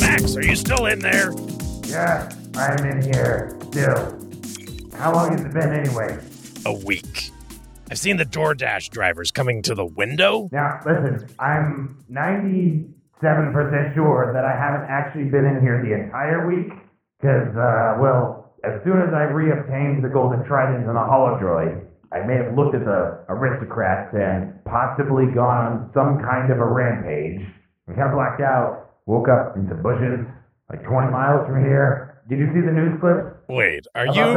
Max, are you still in there? Yeah, I'm in here still. How long has it been anyway? A week. I've seen the DoorDash drivers coming to the window. Now, listen, I'm 97% sure that I haven't actually been in here the entire week. Because, uh, well, as soon as I reobtained the golden trident and the holodroid, I may have looked at the aristocrats and possibly gone on some kind of a rampage. I kind of blacked out, woke up in the bushes, like 20 miles from here. Did you see the news clip? Wait, are about you?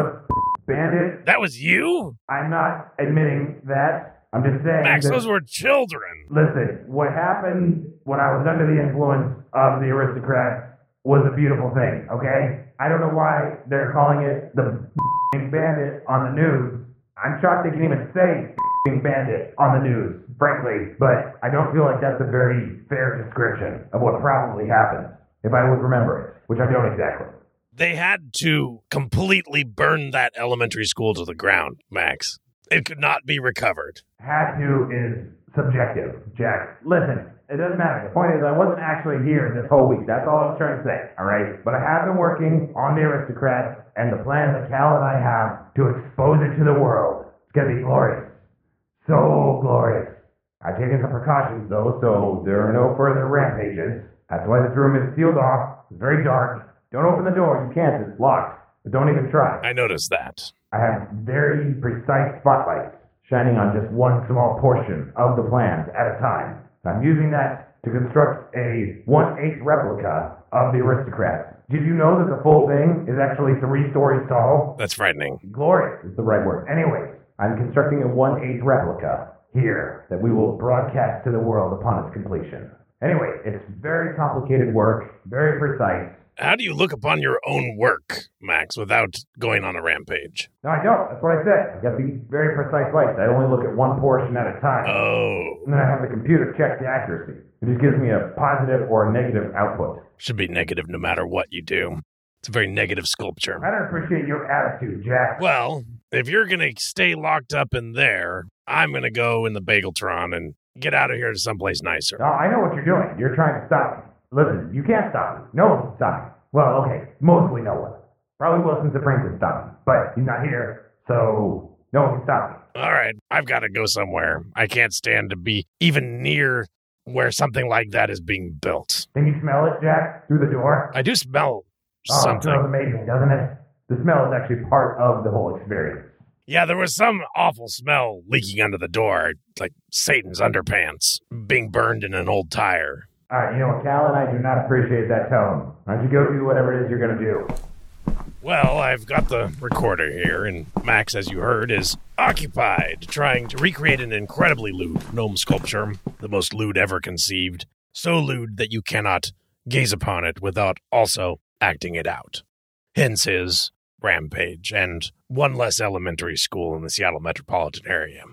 the bandit? That was you? I'm not admitting that. I'm just saying. Max, that- those were children. Listen, what happened when I was under the influence of the aristocrat was a beautiful thing, okay? I don't know why they're calling it the bandit on the news. I'm shocked they can even say bandit on the news, frankly, but I don't feel like that's a very fair description of what probably happened, if I would remember it, which I don't exactly. They had to completely burn that elementary school to the ground, Max. It could not be recovered. Had to is subjective, Jack. Listen, it doesn't matter. The point is, I wasn't actually here this whole week. That's all I was trying to say, all right? But I have been working on the aristocrats and the plan that Cal and I have to expose it to the world. It's going to be glorious. So glorious. I've taken some precautions, though, so there are no further rampages. That's why this room is sealed off. It's very dark. Don't open the door. You can't. It's locked. But don't even try. I noticed that. I have very precise spotlights shining on just one small portion of the plans at a time. I'm using that to construct a 1 8 replica of the aristocrat. Did you know that the full thing is actually three stories tall? That's frightening. Glorious is the right word. Anyway, I'm constructing a 1 8 replica here that we will broadcast to the world upon its completion. Anyway, it's very complicated work, very precise. How do you look upon your own work, Max, without going on a rampage? No, I don't. That's what I said. I've got to be very precise lights. I only look at one portion at a time. Oh, And then I have the computer check the accuracy. It just gives me a positive or a negative output. should be negative no matter what you do. It's a very negative sculpture. I don't appreciate your attitude, Jack. Well, if you're going to stay locked up in there, I'm going to go in the Bageltron and get out of here to someplace nicer. No, I know what you're doing. You're trying to stop me. Listen, you can't stop me. No one can stop me. Well, okay, mostly no one. Probably Wilson Supreme can stop me, but he's not here, so no one can stop me. All right, I've got to go somewhere. I can't stand to be even near where something like that is being built. Can you smell it, Jack, through the door? I do smell Oh, something. It smells amazing, doesn't it? The smell is actually part of the whole experience. Yeah, there was some awful smell leaking under the door, like Satan's underpants being burned in an old tire. All right, you know what, Cal and I do not appreciate that tone. Why don't you go do whatever it is you're going to do? Well, I've got the recorder here, and Max, as you heard, is occupied trying to recreate an incredibly lewd gnome sculpture, the most lewd ever conceived, so lewd that you cannot gaze upon it without also acting it out. Hence his rampage and one less elementary school in the Seattle metropolitan area.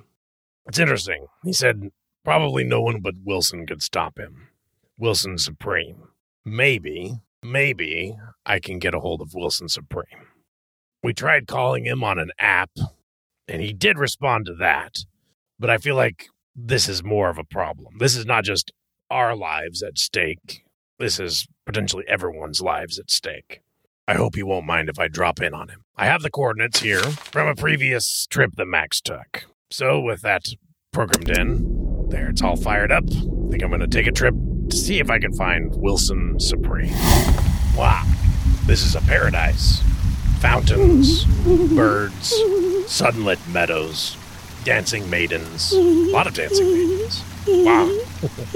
It's interesting. He said probably no one but Wilson could stop him. Wilson Supreme. Maybe, maybe I can get a hold of Wilson Supreme. We tried calling him on an app, and he did respond to that. But I feel like this is more of a problem. This is not just our lives at stake, this is potentially everyone's lives at stake. I hope he won't mind if I drop in on him. I have the coordinates here from a previous trip that Max took. So, with that programmed in, there, it's all fired up. I think I'm going to take a trip to see if I can find Wilson Supreme. Wow, this is a paradise. Fountains, birds, sunlit meadows, dancing maidens, a lot of dancing maidens. Wow.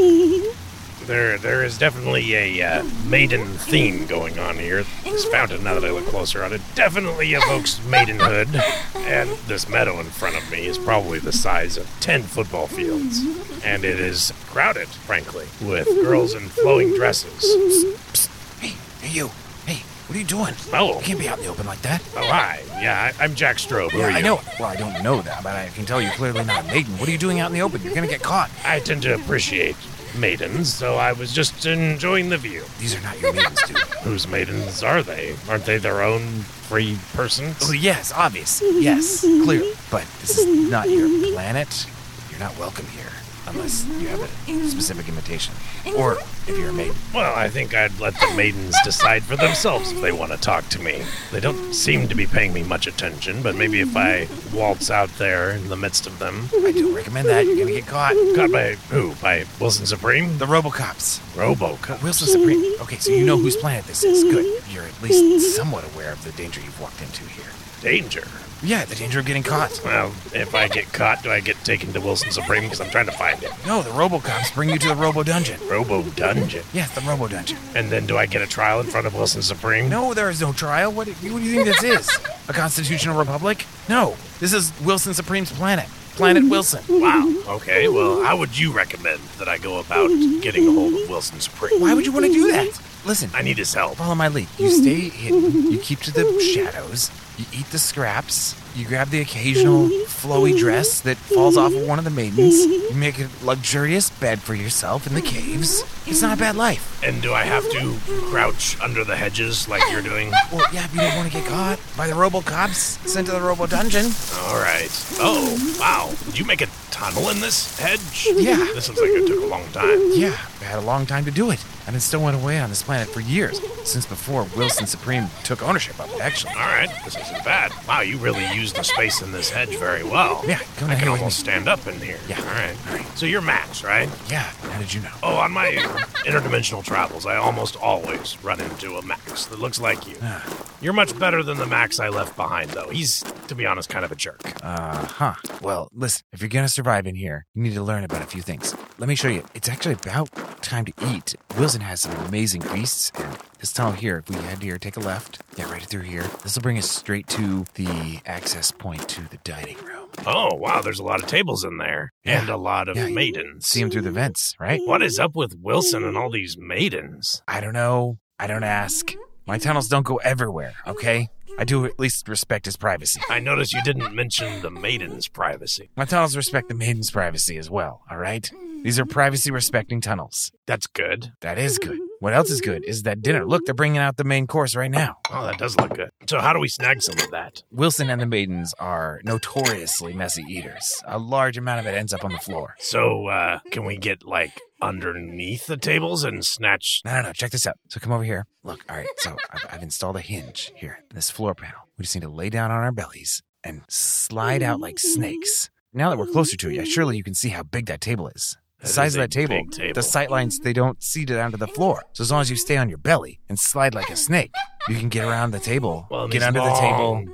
There, there is definitely a uh, maiden theme going on here. This fountain, now that I look closer on it, definitely evokes maidenhood. And this meadow in front of me is probably the size of 10 football fields. And it is crowded, frankly, with girls in flowing dresses. Hey, hey you. Hey, what are you doing? Oh, You can't be out in the open like that. oh hi. Yeah, I, I'm Jack Strobe. Who are you? I know. Well, I don't know that, but I can tell you're clearly not a maiden. What are you doing out in the open? You're gonna get caught. I tend to appreciate maidens, so I was just enjoying the view. These are not your maidens, dude. Whose maidens are they? Aren't they their own free Oh, persons? yes, obvious. Yes, clear. But this is not your planet. You're not welcome here. Unless you have a specific invitation. Or if you're a maiden. Well, I think I'd let the maidens decide for themselves if they want to talk to me. They don't seem to be paying me much attention, but maybe if I waltz out there in the midst of them. I don't recommend that. You're going to get caught. Caught by who? By Wilson Supreme? The Robocops. Robocop. Wilson Supreme. Okay, so you know whose planet this is. Good. You're at least somewhat aware of the danger you've walked into here. Danger. Yeah, the danger of getting caught. Well, if I get caught, do I get taken to Wilson Supreme? Because I'm trying to find it. No, the Robocops bring you to the Robo Dungeon. Robo Dungeon. Yes, the Robo Dungeon. And then do I get a trial in front of Wilson Supreme? No, there is no trial. What, what do you think this is? A constitutional republic? No, this is Wilson Supreme's planet. Planet Wilson. Wow. Okay, well, how would you recommend that I go about getting a hold of Wilson Supreme? Why would you want to do that? Listen, I need his help. follow my lead. You stay hidden. You keep to the shadows. You eat the scraps. You grab the occasional flowy dress that falls off of one of the maidens. You make a luxurious bed for yourself in the caves. It's not a bad life. And do I have to crouch under the hedges like you're doing? Well, yeah, if you don't want to get caught by the Robo Cops sent to the Robo Dungeon. All right. Oh, wow. Did you make a tunnel in this hedge? Yeah. This looks like it took a long time. Yeah, I had a long time to do it. I've been stowing away on this planet for years, since before Wilson Supreme took ownership of it, actually. All right, this isn't bad. Wow, you really used the space in this hedge very well. Yeah, come I can down here with almost stand up in here. Yeah. All right. All right. So you're Max, right? Yeah, how did you know? Oh, on my interdimensional travels, I almost always run into a Max that looks like you. Uh, You're much better than the Max I left behind, though. He's, to be honest, kind of a jerk. Uh huh. Well, listen, if you're gonna survive in here, you need to learn about a few things. Let me show you. It's actually about time to eat. Wilson has some amazing feasts, and this tunnel here, if we head here, take a left, yeah, right through here. This will bring us straight to the access point to the dining room. Oh, wow, there's a lot of tables in there. Yeah. And a lot of Yeah. maidens. See him through the vents, right? What is up with Wilson and all these maidens? I don't know. I don't ask. My tunnels don't go everywhere, okay? I do at least respect his privacy. I notice you didn't mention the maiden's privacy. My tunnels respect the maiden's privacy as well, all right? These are privacy respecting tunnels. That's good. That is good. What else is good is that dinner. Look, they're bringing out the main course right now. Oh, that does look good. So, how do we snag some of that? Wilson and the maidens are notoriously messy eaters. A large amount of it ends up on the floor. So, uh, can we get like underneath the tables and snatch? No, no, no. Check this out. So come over here. Look, all right. So I've, I've installed a hinge here in this floor panel. We just need to lay down on our bellies and slide out like snakes. Now that we're closer to it, yeah, surely you can see how big that table is. The That size is of a that table, big table. the sight lines, they don't see down to the floor. So as long as you stay on your belly and slide like a snake, you can get around the table, Well, get these under the table. long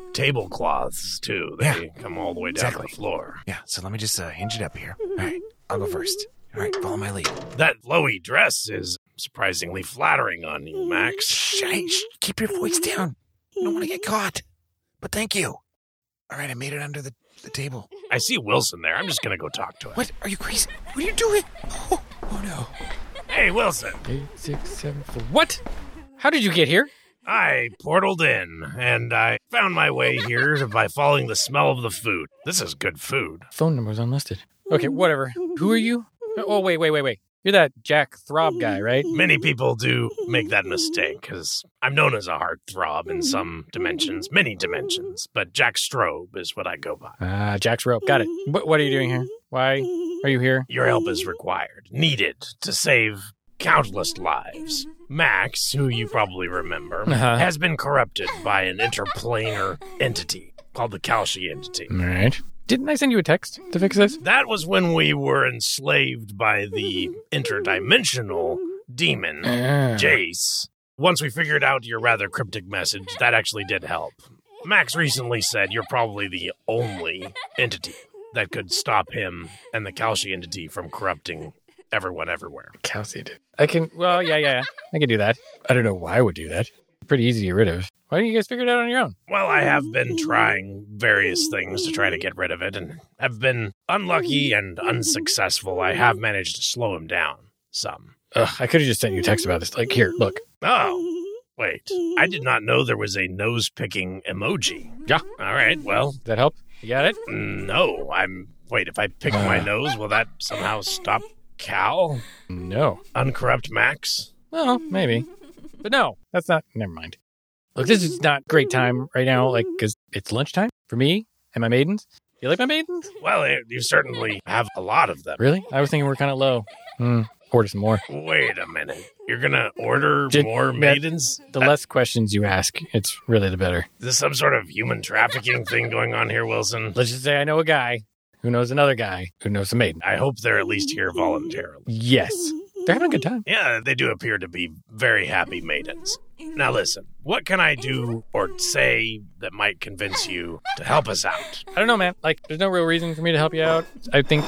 Tablecloths too. They come all the way down to Exactly. the floor. Yeah, so let me just uh, hinge it up here. All right, I'll go first. All right, follow my lead. That flowy dress is surprisingly flattering on you, Max. Shh, hey, shh, keep your voice down. You don't want to get caught. But thank you. All right, I made it under the, the table. I see Wilson there. I'm just gonna go talk to him. What? Are you crazy? What are you doing? Oh, oh no. Hey, Wilson. Eight, six, seven, four. What? How did you get here? I portaled in, and I found my way here by following the smell of the food. This is good food. Phone number's unlisted. Okay, whatever. Who are you? Oh, wait, wait, wait, wait. You're that Jack Throb guy, right? Many people do make that mistake because I'm known as a heartthrob in some dimensions, many dimensions, but Jack Strobe is what I go by. Ah, Jack's rope. Got it. What, what are you doing here? Why are you here? Your help is required, needed to save countless lives. Max, who you probably remember, Uh-huh. has been corrupted by an interplanar entity called the Kalshi entity. All right. Didn't I send you a text to fix this? That was when we were enslaved by the interdimensional demon, Ah. Jace. Once we figured out your rather cryptic message, that actually did help. Max recently said you're probably the only entity that could stop him and the Kalshi entity from corrupting everyone everywhere. Calcium. I can, well, yeah, yeah, yeah. I can do that. I don't know why I would do that. Pretty easy to get rid of. Why don't you guys figure it out on your own? Well, I have been trying various things to try to get rid of it and have been unlucky and unsuccessful. I have managed to slow him down some. Ugh, I could have just sent you a text about this. Like, here, look. Oh, wait. I did not know there was a nose picking emoji. Yeah. All right. Well, Does that help? You got it? no. I'm. Wait, if I pick my Uh. nose, will that somehow stop Cal? No. Uncorrupt Max? Well, maybe. But no, that's not. Never mind. Look, this is not great time right now, like, because it's lunchtime for me and my maidens. You like my maidens? Well, eh, you certainly have a lot of them. Really? I was thinking we're kind of low. Hmm. Order some more. Wait a minute. You're going to order Did- more that- maidens? The less questions you ask, it's really the better. Is this some sort of human trafficking thing going on here, Wilson? Let's just say I know a guy who knows another guy who knows a maiden. I hope they're at least here voluntarily. Yes. They're having a good time. Yeah, they do appear to be very happy maidens. Now, listen, what can I do or say that might convince you to help us out? I don't know, man. Like, there's no real reason for me to help you out. I think,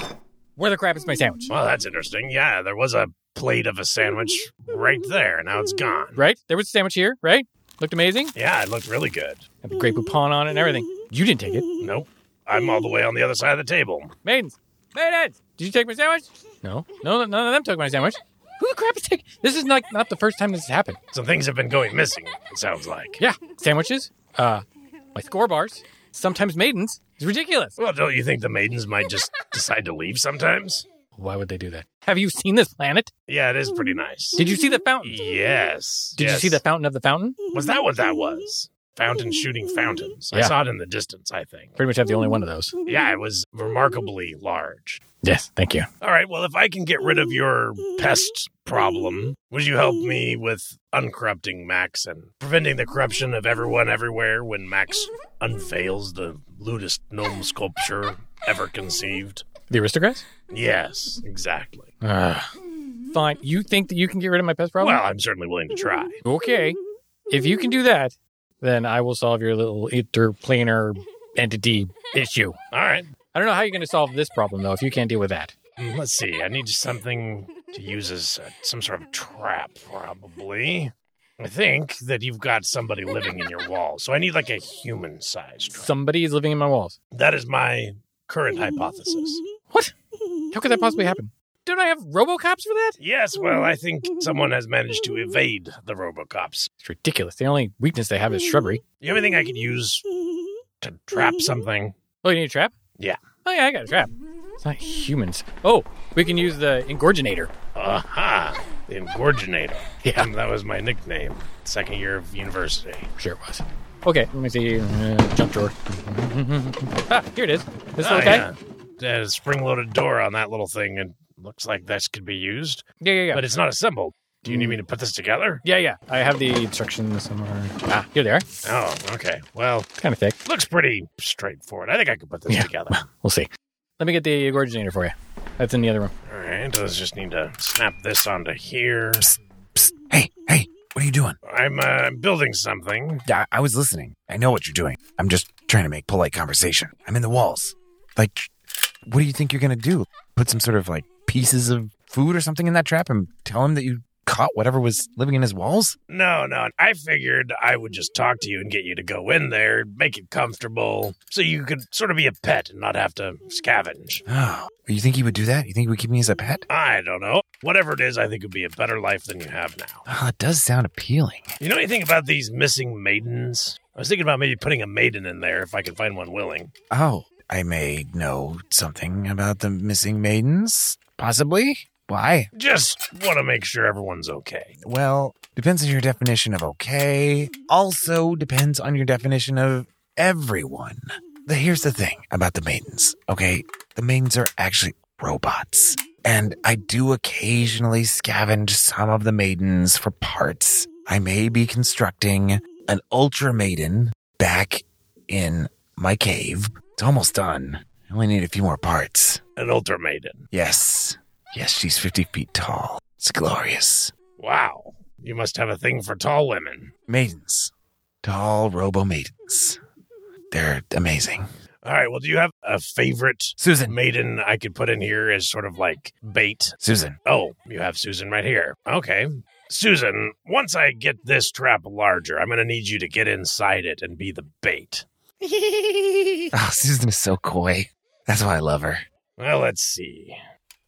where the crap is my sandwich? Well, that's interesting. Yeah, there was a plate of a sandwich right there. Now it's gone. Right? There was a sandwich here, right? Looked amazing. Yeah, it looked really good. Had the grape poupon on it and everything. You didn't take it. Nope. I'm all the way on the other side of the table. Maidens! Maidens! Did you take my sandwich? No. No, none of them took my sandwich. Who the crap is taking? This is like not the first time this has happened. Some things have been going missing, it sounds like. Yeah, sandwiches, uh, my score bars, sometimes maidens. It's ridiculous. Well, don't you think the maidens might just decide to leave sometimes? Why would they do that? Have you seen this planet? Yeah, it is pretty nice. Did you see the fountain? Yes. Did you yes. see the fountain of the fountain? Was that what that was? Fountain shooting fountains. I Yeah. saw it in the distance, I think. Pretty much have the only one of those. Yeah, it was remarkably large. Yes, thank you. All right, well, if I can get rid of your pest problem, would you help me with uncorrupting Max and preventing the corruption of everyone everywhere when Max unveils the lewdest gnome sculpture ever conceived? The aristocrats? Yes, exactly. Uh, fine. You think that you can get rid of my pest problem? Well, I'm certainly willing to try. okay. If you can do that, then I will solve your little interplanar entity issue. All right. I don't know how you're going to solve this problem, though, if you can't deal with that. Mm, Let's see. I need something to use as uh, some sort of trap, probably. I think that you've got somebody living in your wall, so I need like a human sized trap. Somebody is living in my walls. That is my current hypothesis. How could that possibly happen? Don't I have robocops for that? Yes, well, I think someone has managed to evade the Robocops. It's ridiculous. The only weakness they have is shrubbery. The only thing I could use to trap something. Oh, you need a trap? Yeah. Oh, yeah, I got a trap. It's not humans. Oh, we can use the engorginator. Aha! The Engorginator. Yeah. Um, that was my nickname. Second year of university. Sure it was. Okay, let me see. Uh, junk drawer. ah, here it is. This little Oh, guy? yeah. There's a spring-loaded door on that little thing, and looks like this could be used, Yeah, yeah, yeah. but it's not assembled. Do you need me to put this together? yeah, yeah. I have the instructions somewhere. Ah, here they are. It's Oh, okay. Well, kind of thick. looks pretty straightforward. I think I could put this Yeah. together. We'll see. Let me get the engorginator for you. That's in the other room. All right. so Let's just need to snap this onto here. Psst. Hey, hey, what are you doing? I'm uh, building something. I, I was listening. I know what you're doing. I'm just trying to make polite conversation. I'm in the walls. Like, tr- what do you think you're going to do? Put some sort of like pieces of food or something in that trap and tell him that you caught whatever was living in his walls? No, no. I figured I would just talk to you and get you to go in there, make it comfortable, so you could sort of be a pet and not have to scavenge. Oh, you think he would do that? You think he would keep me as a pet? I don't know. Whatever it is, I think it would be a better life than you have now. Oh, it does sound appealing. You know anything about these missing maidens? I was thinking about maybe putting a maiden in there if I could find one willing. Oh, I may know something about the missing maidens, possibly. Why? Just want to make sure everyone's okay. Well, depends on your definition of okay. Also depends on your definition of everyone. The- Here's the thing about the maidens, okay? The maidens are actually robots. And I do occasionally scavenge some of the maidens for parts. I may be constructing an ultra maiden back in my cave. It's almost done. I only need a few more parts. An ultra maiden. Yes. Yes, she's 50 feet tall. It's glorious. Wow. You must have a thing for tall women. maidens, tall robo maidens. They're amazing. All right. Well, do you have a favorite Susan, maiden I could put in here as sort of like bait? Susan, Oh, you have Susan right here. Okay. Susan, once I get this trap larger, I'm going to need you to get inside it and be the bait. oh, Susan is so coy. That's why I love her. Well, let's see.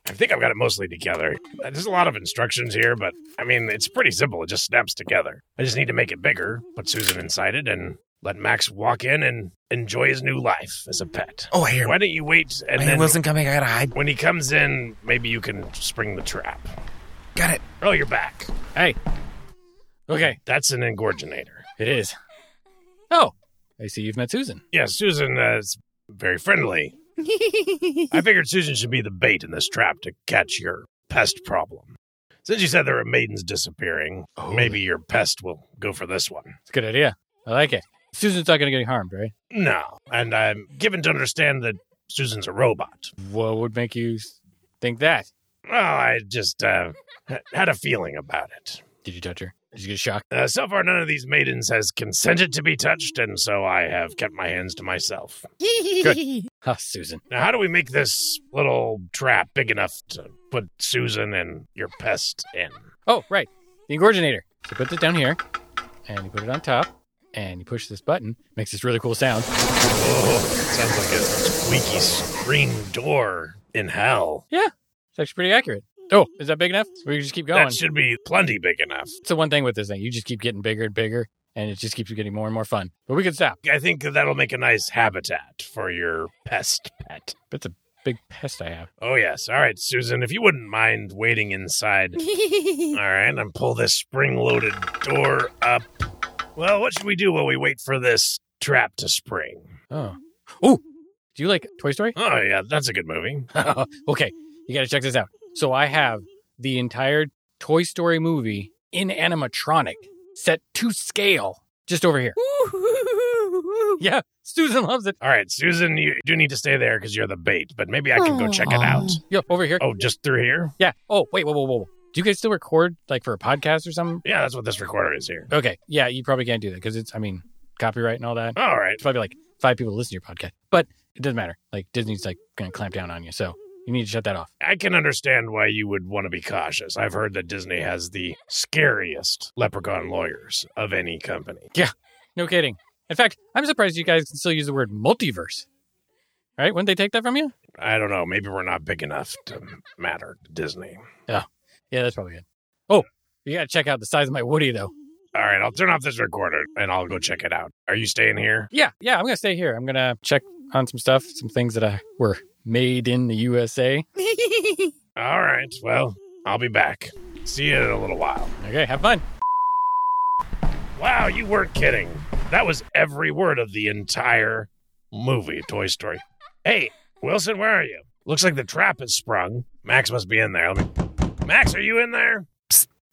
I think I've got it mostly together. Uh, There's a lot of instructions here, but I mean, it's pretty simple. It just snaps together. I just need to make it bigger, put Susan inside it, and let Max walk in and enjoy his new life as a pet. Oh, I hear, Why don't you wait I and hear then Wilson coming. I gotta hide. when he comes in, maybe you can spring the trap. Got it. Oh, you're back. Hey. Okay, That's an engorginator. it is. Oh, I see you've met Susan. Yeah, Susan uh, is very friendly. I figured Susan should be the bait in this trap to catch your pest problem. Since you said there are maidens disappearing, Oh. maybe your pest will go for this one. It's a good idea. I like it. Susan's not going to get harmed, right? No, and I'm given to understand that Susan's a robot. What would make you s- think that? Oh, I just uh, h- had a feeling about it. Did you touch her? Did you get shocked? Uh, so far, none of these maidens has consented to be touched, and so I have kept my hands to myself. Ah, Susan. Now, how do we make this little trap big enough to put Susan and your pest in? Oh, right. The engorginator. So put this down here, and you put it on top, and you push this button. Makes this really cool sound. Oh, sounds like a squeaky screen door in hell. It's actually pretty accurate. Oh, is that big enough? We can just keep going. That should be plenty big enough. It's the one thing with this thing. You just keep getting bigger and bigger, and it just keeps getting more and more fun. But we can stop. I think that that'll make a nice habitat for your pest pet. That's a big pest I have. Oh, yes. All right, Susan, if you wouldn't mind waiting inside. All right, and pull this spring loaded door up. Well, what should we do while we wait for this trap to spring? Oh. Oh, do you like Toy Story? Oh, yeah, that's a good movie. okay, you got to check this out. So I have the entire Toy Story movie in animatronic set to scale just over here. Yeah, Susan loves it. All right, Susan, you do need to stay there because you're the bait, but maybe I can go check it out. Yo, over here. Oh, just through here? Yeah. Oh, wait, whoa, whoa, whoa. whoa. Do you guys still record like for a podcast or something? Yeah, that's what this recorder is here. Okay. Yeah, you probably can't do that because it's, I mean, copyright and all that. All right. It's probably like five people listen to your podcast, but it doesn't matter. Like Disney's like going to clamp down on you. So you need to shut that off. I can understand why you would want to be cautious. I've heard that Disney has the scariest leprechaun lawyers of any company. No kidding. In fact, I'm surprised you guys can still use the word multiverse. Right? Wouldn't they take that from you? I don't know. Maybe we're not big enough to matter to Disney. Yeah, that's probably it. Oh, you got to check out the size of my Woody, though. All right, I'll turn off this recorder and I'll go check it out. Are you staying here? Yeah, yeah, I'm going to stay here. I'm going to check on some stuff, some things that I were made in the USA. All right. Well, I'll be back. See you in a little while. Okay, have fun. Wow, you weren't kidding. That was every word of the entire movie, Toy Story. Hey, Wilson, where are you? Looks like the trap has sprung. Max must be in there. Let me... Max, are you in there?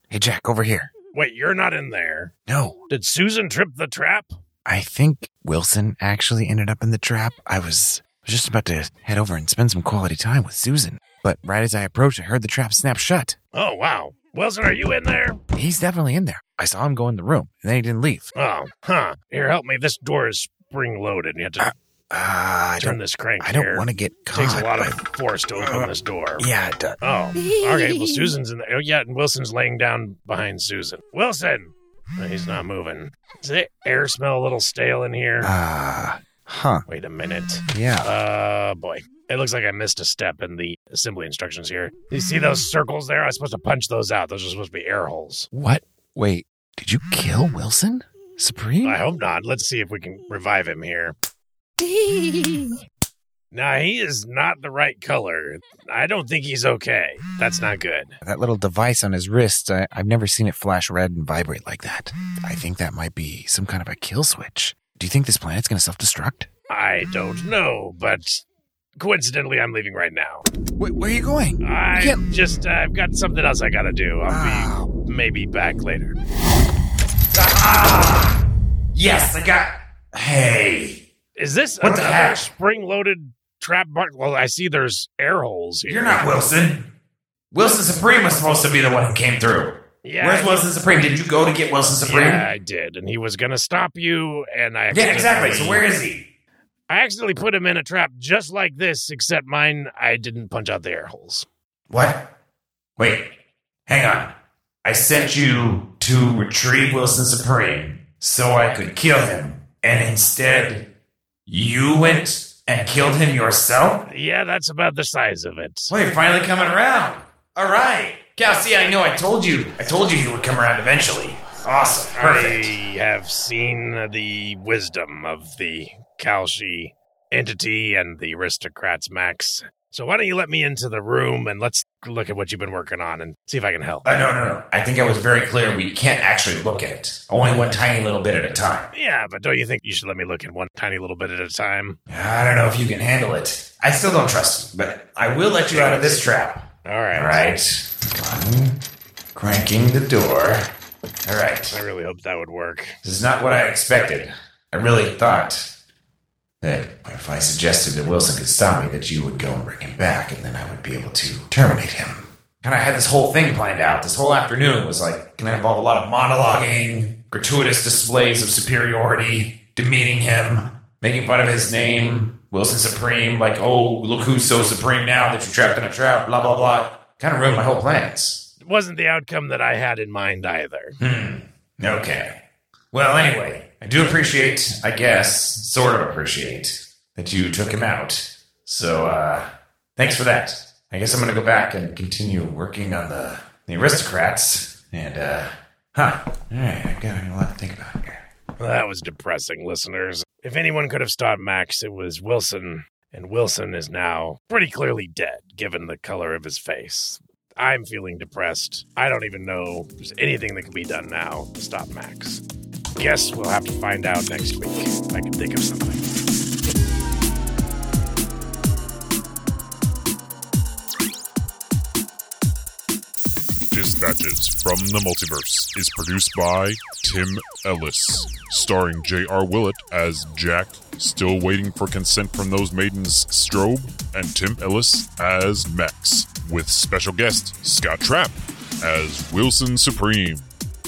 Hey, Jack, over here. Wait, you're not in there. No, Did Susan trip the trap? I think Wilson actually ended up in the trap. I was I was just about to head over and spend some quality time with Susan, but right as I approached, I heard the trap snap shut. Oh, wow. Wilson, are you in there? He's definitely in there. I saw him go in the room, and then he didn't leave. Oh, huh. Here, help me. This door is spring loaded. You have to Uh, Ah, I turn don't, this crank I don't here. want to get It caught. takes a lot of by- force to open this door. Yeah, it does. Oh, okay. Well, Susan's in there. Oh, yeah, and Wilson's laying down behind Susan. Wilson! No, He's not moving. Does the air smell a little stale in here? Ah, huh. Wait a minute. Yeah. Uh, boy. It looks like I missed a step in the assembly instructions here. You see those circles there? I was supposed to punch those out. Those are supposed to be air holes. What? Wait, did you kill Wilson? Supreme? I hope not. Let's see if we can revive him here. Nah, he is not the right color. I don't think he's okay. That's not good. That little device on his wrist, I, I've never seen it flash red and vibrate like that. Hmm. I think that might be some kind of a kill switch. Do you think this planet's going to self destruct? I don't know, but coincidentally, I'm leaving right now. Wait, where are you going? I Yeah. just I've got something else I gotta do. I'll Uh, Ah, be maybe back later. yes, I got. Hey, Is this What the heck? Spring loaded trap bar? Well, I see there's air holes here. You're not Wilson. Wilson Supreme was supposed to be the one who came through. Yeah. Where's I- Wilson Supreme? Did you go to get Wilson Supreme? Yeah, Yeah, I did, and he was gonna stop you, and I exactly. accidentally- So where is he? I accidentally put him in a trap just like this, except mine. I didn't punch out the air holes. What? Wait. Hang on. I sent you to retrieve Wilson Supreme so I could kill him. And instead, you went and killed him yourself? Yeah, that's about the size of it. Well, you're finally coming around. All right. Cal, see, I know I told you. I told you he would come around eventually. Awesome. Perfect. I have seen the wisdom of the Kalshi entity and the aristocrats, Max. So why don't you let me into the room and let's look at what you've been working on and see if I can help. Uh, no, no, no. I think I was very clear. We can't actually look at it. Only one tiny little bit at a time. Yeah, but don't you think you should let me look at one tiny little bit at a time? I don't know if you can handle it. I still don't trust you, but I will let you out of this trap. All right. All right. One, cranking the door. All right. I really hope that would work. This is not what I expected. I really thought that if I suggested that Wilson could stop me, that you would go and bring him back, and then I would be able to terminate him. And I had this whole thing planned out. This whole afternoon was like going to involve a lot of monologuing, gratuitous displays of superiority, demeaning him, making fun of his name, Wilson Supreme, like, oh, look who's so supreme now that you're trapped in a trap, blah, blah, blah. Kind of ruined my whole plans. It wasn't the outcome that I had in mind either. Hmm. Okay. Well, anyway, I do appreciate, I guess, sort of appreciate that you took him out. So, uh, thanks for that. I guess I'm gonna go back and continue working on the, the aristocrats. And, uh, huh. Alright, I've got a lot to think about here. That was depressing, listeners. If anyone could have stopped Max, it was Wilson, and Wilson is now pretty clearly dead, given the color of his face. I'm feeling depressed. I don't even know if there's anything that can be done now to stop Max. Guess we'll have to find out next week. if I can think of something. Dispatches from the Multiverse is produced by Tim Ellis, starring J.R. Willett as Jack, still waiting for consent from those maidens Strobe, and Tim Ellis as Max, with special guest Scott Trapp as Wilson Supreme.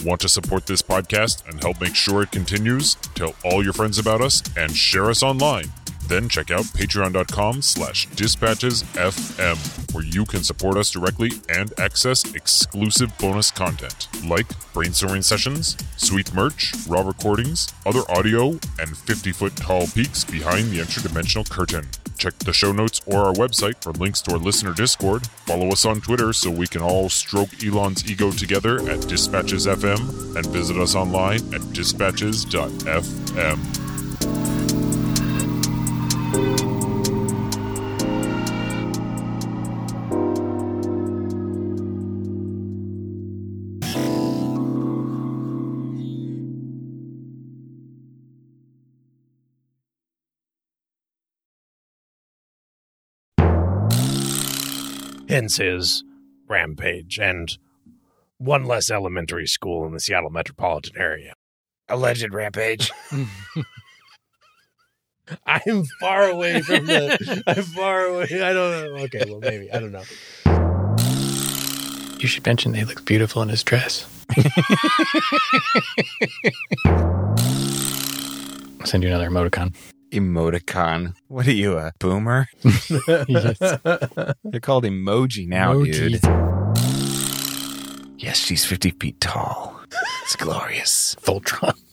Want to support this podcast and help make sure it continues? Tell all your friends about us and share us online. Then check out patreon.com slash dispatchesfm, where you can support us directly and access exclusive bonus content like brainstorming sessions, sweet merch, raw recordings, other audio, and 50 foot tall peaks behind the interdimensional curtain. Check the show notes or our website for links to our listener Discord. Follow us on Twitter so we can all stroke Elon's ego together at dispatchesfm and visit us online at dispatches.fm. hence his rampage and one less elementary school in the Seattle metropolitan area. Alleged rampage. I'm far away from the. I'm far away. I don't know. Okay, well, maybe. I don't know. You should mention that he looks beautiful in his dress. I'll send you another emoticon. Emoticon. What are you, a boomer? They're called emoji now, dude. Yes, she's 50 feet tall. It's glorious. Voltron.